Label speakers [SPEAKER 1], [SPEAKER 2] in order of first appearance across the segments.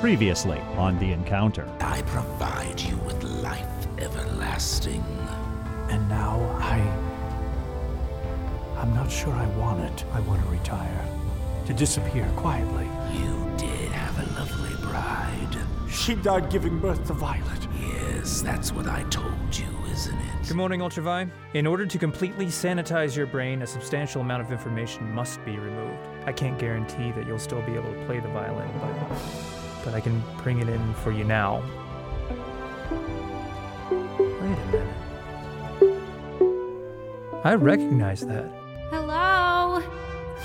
[SPEAKER 1] Previously on The Encounter.
[SPEAKER 2] I provide you with life everlasting.
[SPEAKER 3] And now I. I'm not sure I want it. I want to retire. To disappear quietly.
[SPEAKER 2] You did have a lovely bride.
[SPEAKER 3] She died giving birth to Violet.
[SPEAKER 2] Yes, that's what I told you, isn't it?
[SPEAKER 4] Good morning, Ultravi. In order to completely sanitize your brain, a substantial amount of information must be removed. I can't guarantee that you'll still be able to play the violin, but, but I can bring it in for you now. Wait a minute. I recognize that.
[SPEAKER 5] Hello?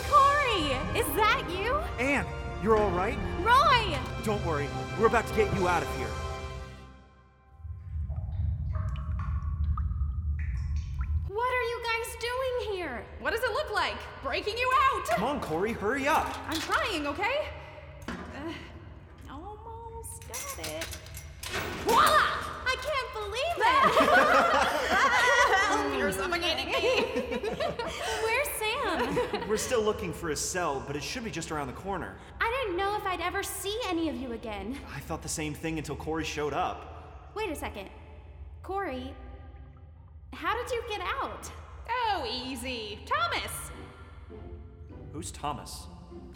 [SPEAKER 5] Corey, is that you?
[SPEAKER 6] Anne, you're all right?
[SPEAKER 5] Roy!
[SPEAKER 6] Don't worry, we're about to get you out of here.
[SPEAKER 5] What are you guys doing here? What does it look like? Breaking you out!
[SPEAKER 6] Come on, Corey, hurry up.
[SPEAKER 5] I'm trying, okay? Ugh, almost got it. Voila! I can't believe it! You're suffocating me. Where's Sam?
[SPEAKER 6] We're still looking for a cell, but it should be just around the corner.
[SPEAKER 5] I didn't know if I'd ever see any of you again.
[SPEAKER 6] I thought the same thing until Corey showed up.
[SPEAKER 5] Wait a second. Corey, how did you get out?
[SPEAKER 7] Oh, easy. Thomas!
[SPEAKER 6] Who's Thomas?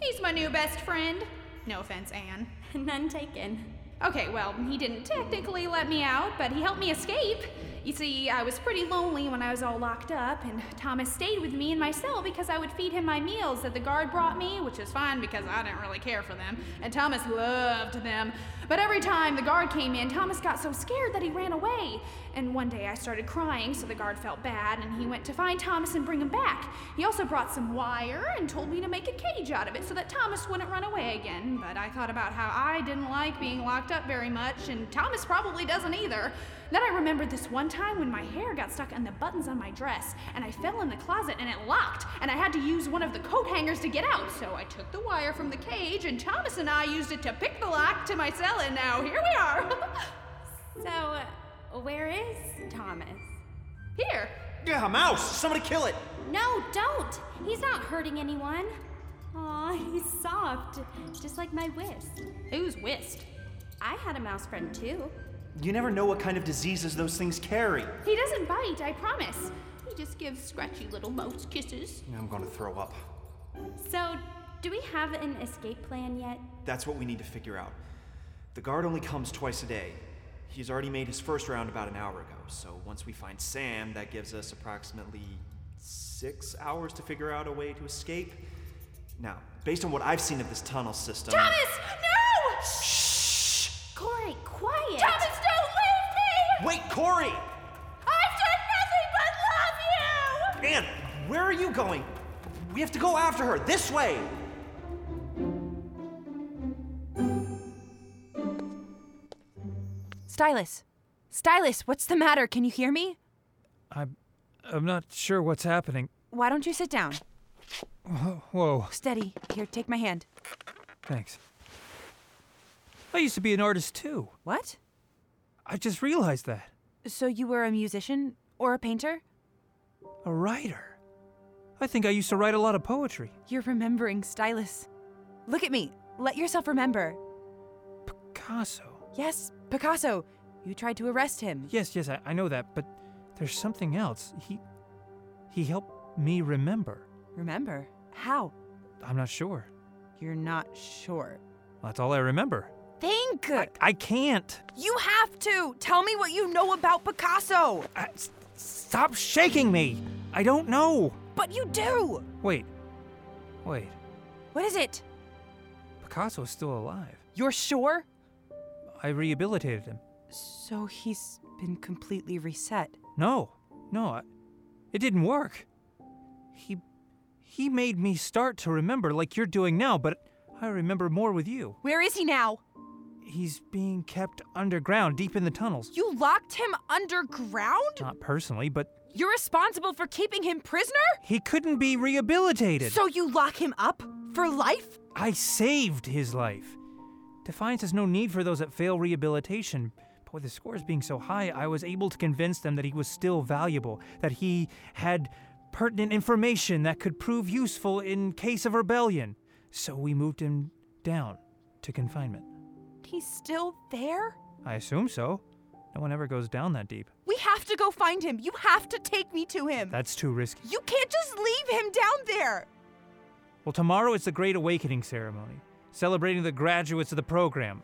[SPEAKER 7] He's my new best friend. No offense, Anne.
[SPEAKER 5] None taken.
[SPEAKER 7] Okay, well, he didn't technically let me out, but he helped me escape. You see, I was pretty lonely when I was all locked up, and Thomas stayed with me in my cell because I would feed him my meals that the guard brought me, which is fine because I didn't really care for them, and Thomas loved them. But every time the guard came in, Thomas got so scared that he ran away. And one day I started crying, so the guard felt bad, and he went to find Thomas and bring him back. He also brought some wire and told me to make a cage out of it so that Thomas wouldn't run away again. But I thought about how I didn't like being locked up very much, and Thomas probably doesn't either. Then I remembered this one time when my hair got stuck in the buttons on my dress, and I fell in the closet and it locked, and I had to use one of the coat hangers to get out. So I took the wire from the cage, and Thomas and I used it to pick the lock to my cell, and now here we are.
[SPEAKER 5] So, uh, where is Thomas?
[SPEAKER 7] here.
[SPEAKER 6] Yeah, a mouse! Somebody kill it!
[SPEAKER 5] No, don't! He's not hurting anyone. Aw, he's soft, just like my whisk.
[SPEAKER 7] Who's whisked?
[SPEAKER 5] I had a mouse friend too.
[SPEAKER 6] You never know what kind of diseases those things carry.
[SPEAKER 7] He doesn't bite, I promise. He just gives scratchy little mouse kisses.
[SPEAKER 6] I'm gonna throw up.
[SPEAKER 5] So, do we have an escape plan yet?
[SPEAKER 6] That's what we need to figure out. The guard only comes twice a day. He's already made his first round about an hour ago, so once we find Sam, that gives us approximately six hours to figure out a way to escape. Now, based on what I've seen of this tunnel system.
[SPEAKER 7] Thomas, no!
[SPEAKER 5] Corey, quiet!
[SPEAKER 7] Thomas, don't leave me!
[SPEAKER 6] Wait, Corey!
[SPEAKER 7] I've done nothing but love you!
[SPEAKER 6] Anne, where are you going? We have to go after her, this way!
[SPEAKER 8] Stylus! Stylus, what's the matter? Can you hear me?
[SPEAKER 4] I'm, I'm not sure what's happening.
[SPEAKER 8] Why don't you sit down?
[SPEAKER 4] Whoa,
[SPEAKER 8] Steady. Here, take my hand.
[SPEAKER 4] thanks. I used to be an artist too.
[SPEAKER 8] What?
[SPEAKER 4] I just realized that.
[SPEAKER 8] So you were a musician or a painter?
[SPEAKER 4] A writer. I think I used to write a lot of poetry.
[SPEAKER 8] You're remembering Stylus. Look at me. Let yourself remember.
[SPEAKER 4] Picasso.
[SPEAKER 8] Yes, Picasso. You tried to arrest him.
[SPEAKER 4] Yes, yes, I, I know that, but there's something else. He he helped me remember.
[SPEAKER 8] Remember? How?
[SPEAKER 4] I'm not sure.
[SPEAKER 8] You're not sure.
[SPEAKER 4] That's all I remember.
[SPEAKER 8] Think!
[SPEAKER 4] I, I can't.
[SPEAKER 8] you have to! Tell me what you know about Picasso!
[SPEAKER 4] I, s- stop shaking me. I don't know.
[SPEAKER 8] But you do!
[SPEAKER 4] Wait. Wait.
[SPEAKER 8] What is it?
[SPEAKER 4] Picasso's still alive.
[SPEAKER 8] You're sure?
[SPEAKER 4] I rehabilitated him.
[SPEAKER 8] So he's been completely reset.
[SPEAKER 4] No. No, I, it didn't work. He he made me start to remember like you're doing now, but I remember more with you.
[SPEAKER 8] Where is he now?
[SPEAKER 4] He's being kept underground deep in the tunnels.
[SPEAKER 8] You locked him underground?
[SPEAKER 4] Not personally, but
[SPEAKER 8] You're responsible for keeping him prisoner?
[SPEAKER 4] he couldn't be rehabilitated.
[SPEAKER 8] So you lock him up? For life?
[SPEAKER 4] I saved his life. Defiance has no need for those that fail rehabilitation. But with his scores being so high, I was able to convince them that he was still valuable, that he had pertinent information that could prove useful in case of rebellion. So we moved him down to confinement.
[SPEAKER 8] He's still there?
[SPEAKER 4] I assume so. No one ever goes down that deep.
[SPEAKER 8] We have to go find him. You have to take me to him.
[SPEAKER 4] That's too risky.
[SPEAKER 8] you can't just leave him down there.
[SPEAKER 4] Well, tomorrow is the Great Awakening ceremony, celebrating the graduates of the program.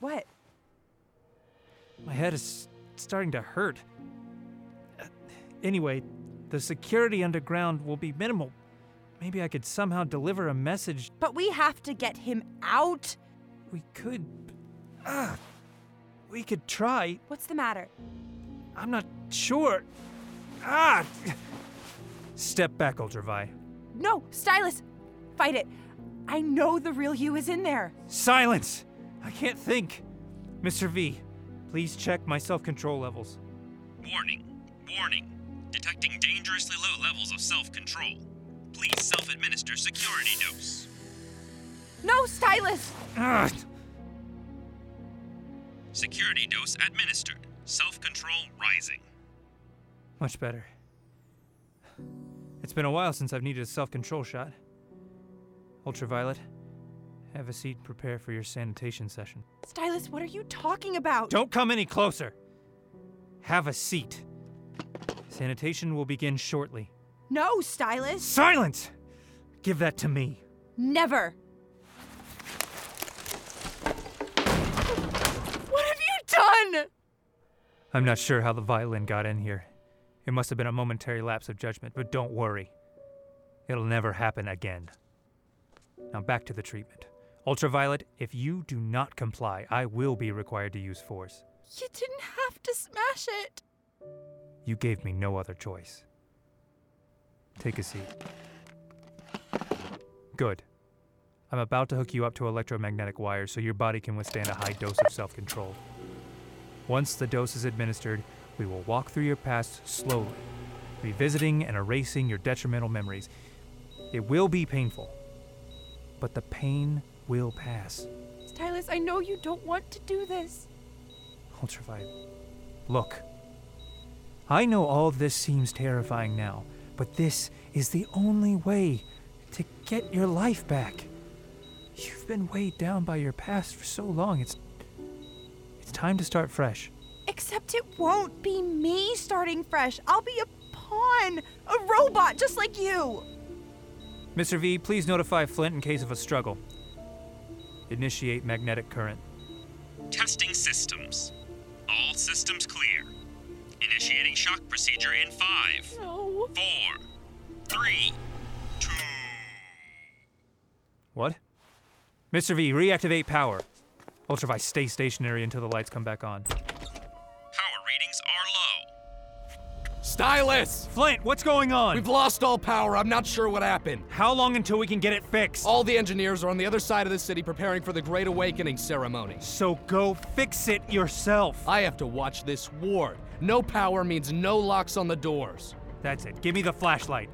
[SPEAKER 8] What?
[SPEAKER 4] My head is starting to hurt. Uh, Anyway, the security underground will be minimal. Maybe I could somehow deliver a message.
[SPEAKER 8] But we have to get him out.
[SPEAKER 4] We could. Ah, we could try.
[SPEAKER 8] What's the matter?
[SPEAKER 4] I'm not sure. Ah! Step back, Ultravi.
[SPEAKER 8] No, Stylus, fight it. I know the real you is in there.
[SPEAKER 4] Silence! I can't think. Mr. V, please check my self control levels.
[SPEAKER 2] Warning, warning. Detecting dangerously low levels of self control. Please self administer security dose.
[SPEAKER 8] No, Stylus!
[SPEAKER 4] Ah!
[SPEAKER 2] Security dose administered. Self control rising.
[SPEAKER 4] Much better. It's been a while since I've needed a self control shot. Ultraviolet, have a seat and prepare for your sanitation session.
[SPEAKER 8] Stylus, what are you talking about?
[SPEAKER 4] Don't come any closer! Have a seat. Sanitation will begin shortly.
[SPEAKER 8] No, Stylus!
[SPEAKER 4] Silence! Give that to me.
[SPEAKER 8] Never! What have you done?
[SPEAKER 4] I'm not sure how the violin got in here. It must have been a momentary lapse of judgment, but don't worry. It'll never happen again. Now back to the treatment. Ultraviolet, if you do not comply, I will be required to use force.
[SPEAKER 8] You didn't have to smash it.
[SPEAKER 4] You gave me no other choice. Take a seat. Good. I'm about to hook you up to electromagnetic wires so your body can withstand a high dose of self control. Once the dose is administered, we will walk through your past slowly, revisiting and erasing your detrimental memories. It will be painful, but the pain will pass.
[SPEAKER 8] Stylus, I know you don't want to do this.
[SPEAKER 4] Ultraviolet. Look. I know all of this seems terrifying now, but this is the only way to get your life back. You've been weighed down by your past for so long. It's it's time to start fresh.
[SPEAKER 8] Except it won't be me starting fresh. I'll be a pawn, a robot just like you.
[SPEAKER 4] Mr. V, please notify Flint in case of a struggle. Initiate magnetic current.
[SPEAKER 2] Testing systems. All systems clear. Initiating shock procedure in five,
[SPEAKER 8] No.
[SPEAKER 2] four, three, two.
[SPEAKER 4] What? Mr. V, reactivate power. Ultravi, stay stationary until the lights come back on.
[SPEAKER 2] Power readings are low.
[SPEAKER 9] Stylus!
[SPEAKER 4] Flint, what's going on?
[SPEAKER 9] We've lost all power. I'm not sure what happened.
[SPEAKER 4] How long until we can get it fixed?
[SPEAKER 9] All the engineers are on the other side of the city preparing for the Great Awakening ceremony.
[SPEAKER 4] So go fix it yourself.
[SPEAKER 9] I have to watch this ward. No power means no locks on the doors.
[SPEAKER 4] That's it. Give me the flashlight.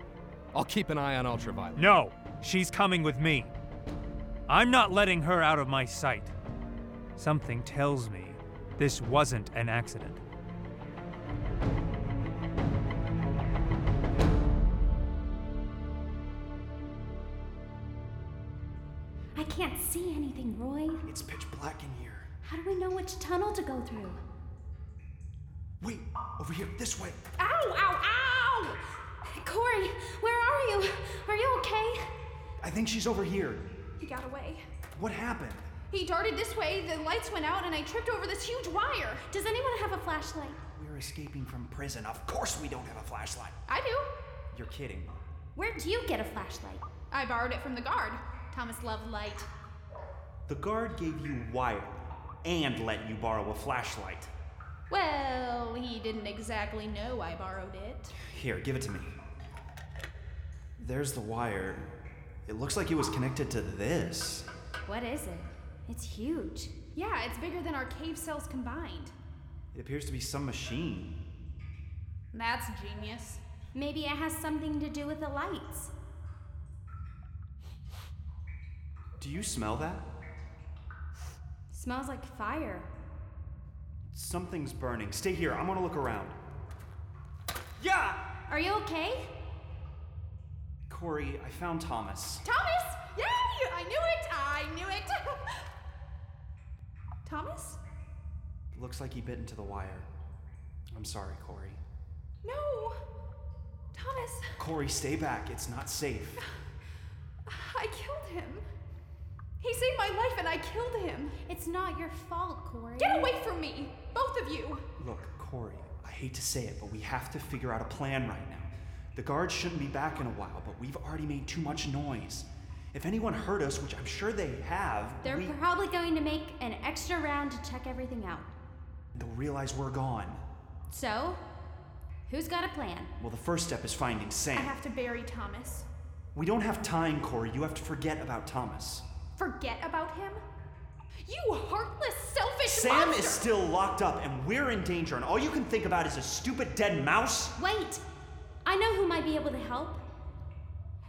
[SPEAKER 9] I'll keep an eye on Ultraviolet.
[SPEAKER 4] No, she's coming with me. I'm not letting her out of my sight. Something tells me this wasn't an accident.
[SPEAKER 7] I can't see anything, Roy.
[SPEAKER 6] It's pitch black in here.
[SPEAKER 7] How do we know which tunnel to go through?
[SPEAKER 6] Wait, over here, this way.
[SPEAKER 7] Ow, ow, ow! Corey, where are you? Are you okay?
[SPEAKER 6] I think she's over here.
[SPEAKER 10] He got away.
[SPEAKER 6] What happened?
[SPEAKER 10] He darted this way, the lights went out, and I tripped over this huge wire.
[SPEAKER 7] Does anyone have a flashlight?
[SPEAKER 6] We're escaping from prison. Of course we don't have a flashlight.
[SPEAKER 10] I do.
[SPEAKER 6] You're kidding.
[SPEAKER 7] Where'd you get a flashlight?
[SPEAKER 10] I borrowed it from the guard. Thomas loved light.
[SPEAKER 6] The guard gave you wire and let you borrow a flashlight.
[SPEAKER 10] Well, he didn't exactly know I borrowed it.
[SPEAKER 6] Here, give it to me. There's the wire. It looks like it was connected to this.
[SPEAKER 7] What is it? It's huge.
[SPEAKER 10] Yeah, it's bigger than our cave cells combined.
[SPEAKER 6] It appears to be some machine.
[SPEAKER 10] That's genius.
[SPEAKER 7] Maybe it has something to do with the lights.
[SPEAKER 6] Do you smell that?
[SPEAKER 7] Smells like fire.
[SPEAKER 6] Something's burning. Stay here. I'm gonna look around. Yeah!
[SPEAKER 7] Are you okay?
[SPEAKER 6] Corey, I found Thomas.
[SPEAKER 10] Thomas! Yay! I knew it! I knew it! Thomas?
[SPEAKER 6] Looks like he bit into the wire. I'm sorry, Corey.
[SPEAKER 10] No! Thomas,
[SPEAKER 6] Corey, stay back. It's not safe.
[SPEAKER 10] I killed him. He saved my life and I killed him.
[SPEAKER 7] It's not your fault, Corey.
[SPEAKER 10] Get away from me, both of you.
[SPEAKER 6] Look, Corey, I hate to say it, but we have to figure out a plan right now. The guards shouldn't be back in a while, but we've already made too much noise. If anyone heard us, which I'm sure they have,
[SPEAKER 7] They're
[SPEAKER 6] we-
[SPEAKER 7] probably going to make an extra round to check everything out.
[SPEAKER 6] they'll realize we're gone.
[SPEAKER 7] So, who's got a plan?
[SPEAKER 6] Well, the first step is finding
[SPEAKER 10] I
[SPEAKER 6] Sam.
[SPEAKER 10] have to bury Thomas.
[SPEAKER 6] We don't have time, Corey. You have to forget about Thomas.
[SPEAKER 10] Forget about him? You heartless, selfish
[SPEAKER 6] Sam
[SPEAKER 10] monster!
[SPEAKER 6] is still locked up, and we're in danger, and all you can think about is a stupid dead mouse?
[SPEAKER 7] Wait! I know who might be able to help.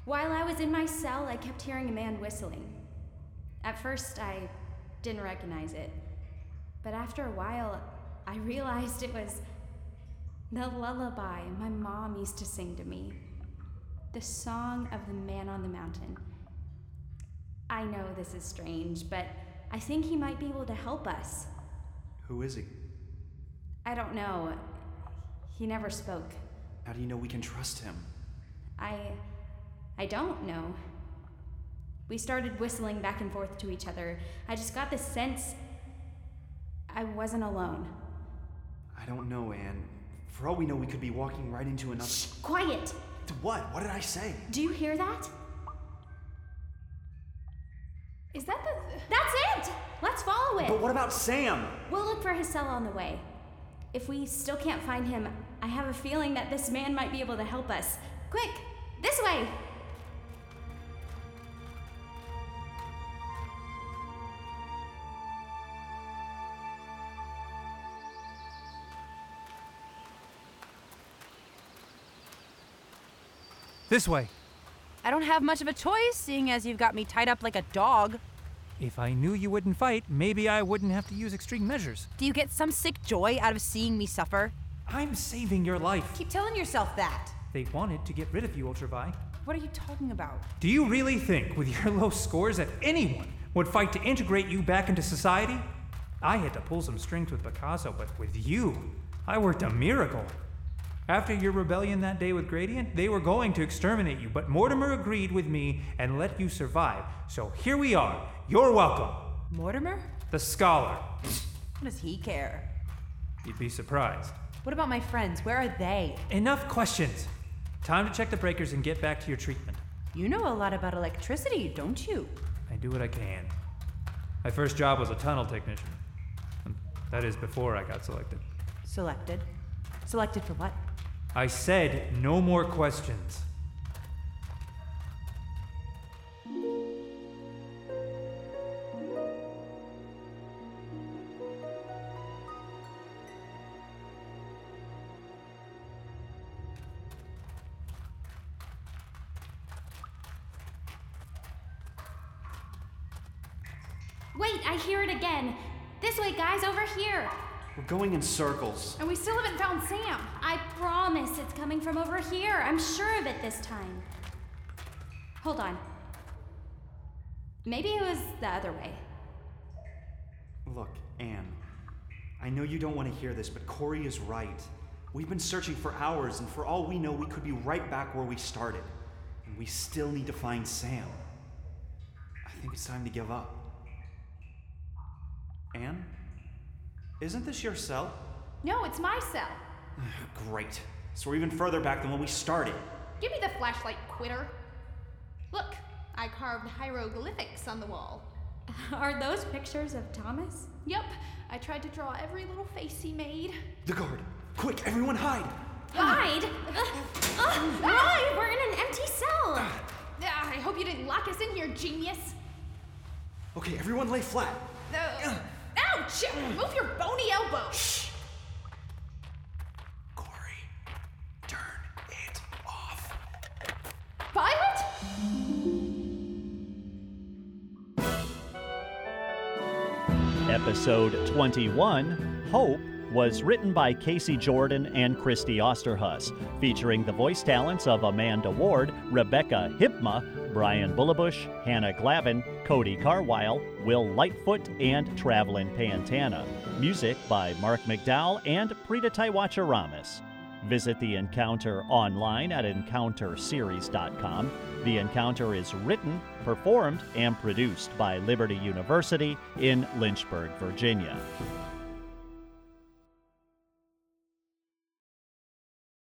[SPEAKER 7] While I was in my cell, I kept hearing a man whistling. At first, I didn't recognize it. But after a while, I realized it was the lullaby my mom used to sing to me. The song of the man on the mountain. I know this is strange, but I think he might be able to help us.
[SPEAKER 6] Who is he?
[SPEAKER 7] I don't know. He never spoke.
[SPEAKER 6] How do you know we can trust him?
[SPEAKER 7] I. I don't know. We started whistling back and forth to each other. I just got the sense I wasn't alone.
[SPEAKER 6] I don't know, Anne. For all we know, we could be walking right into another.
[SPEAKER 7] Quiet!
[SPEAKER 6] What? What did I say?
[SPEAKER 7] Do you hear that?
[SPEAKER 10] Is that the.
[SPEAKER 7] That's it! Let's follow
[SPEAKER 6] But
[SPEAKER 7] it!
[SPEAKER 6] what about Sam?
[SPEAKER 7] We'll look for his cell on the way. If we still can't find him, I have a feeling that this man might be able to help us. Quick! This way!
[SPEAKER 4] This way.
[SPEAKER 8] I don't have much of a choice, seeing as you've got me tied up like a dog.
[SPEAKER 4] If I knew you wouldn't fight, maybe I wouldn't have to use extreme measures.
[SPEAKER 8] Do you get some sick joy out of seeing me suffer?
[SPEAKER 4] I'm saving your life.
[SPEAKER 8] Keep telling yourself that.
[SPEAKER 4] They wanted to get rid of you, Ultravi.
[SPEAKER 8] What are you talking about?
[SPEAKER 4] Do you really think, with your low scores, that anyone would fight to integrate you back into society? I had to pull some strings with Picasso, but with you, I worked a miracle. After your rebellion that day with Gradient, they were going to exterminate you, but Mortimer agreed with me and let you survive. So here we are. You're welcome.
[SPEAKER 8] Mortimer?
[SPEAKER 4] The scholar.
[SPEAKER 8] What does he care?
[SPEAKER 4] You'd be surprised.
[SPEAKER 8] What about my friends? Where are they?
[SPEAKER 4] Enough questions. Time to check the breakers and get back to your treatment.
[SPEAKER 8] You know a lot about electricity, don't you?
[SPEAKER 4] I do what I can. My first job was a tunnel technician. Um, That is before I got selected.
[SPEAKER 8] Selected. Selected for what?
[SPEAKER 4] I said no more questions.
[SPEAKER 7] Wait, I hear it again! This way, guys, over here!
[SPEAKER 6] We're going in circles.
[SPEAKER 10] And we still haven't found Sam.
[SPEAKER 7] I promise it's coming from over here. I'm sure of it this time. Hold on. Maybe it was the other way.
[SPEAKER 6] Look, Anne, I know you don't want to hear this, but Corey is right. We've been searching for hours, and for all we know, we could be right back where we started. And we still need to find Sam. I think it's time to give up. Anne? Isn't this your cell?
[SPEAKER 10] No, it's my cell.
[SPEAKER 6] Great. So we're even further back than when we started.
[SPEAKER 10] Give me the flashlight, quitter. Look, I carved hieroglyphics on the wall.
[SPEAKER 7] Are those pictures of Thomas?
[SPEAKER 10] Yep, I tried to draw every little face he made. Ah!
[SPEAKER 6] The guard! Quick, everyone hide!
[SPEAKER 7] Hide! Ugh, ugh, Why? We're in an empty cell!
[SPEAKER 10] Ah, I hope you didn't lock us in here, genius.
[SPEAKER 6] Okay, everyone lay flat.
[SPEAKER 10] Oh. Ouch! Move your bony elbow. Shh.
[SPEAKER 6] Corey, turn it off.
[SPEAKER 10] Violet?
[SPEAKER 3] Episode 21, Hope, was written by Casey Jordan and Christy Osterhus, featuring the voice talents of Amanda Ward, Rebecca Hipma, Brian Bullabush, Hannah Glavin, Cody Carwile, Will Lightfoot, and Travelin' Pantana. Music by Mark McDowell and Prita Taiwacharamas. Visit The Encounter online at EncounterSeries.com. The Encounter is written, performed, and produced by Liberty University in Lynchburg, Virginia.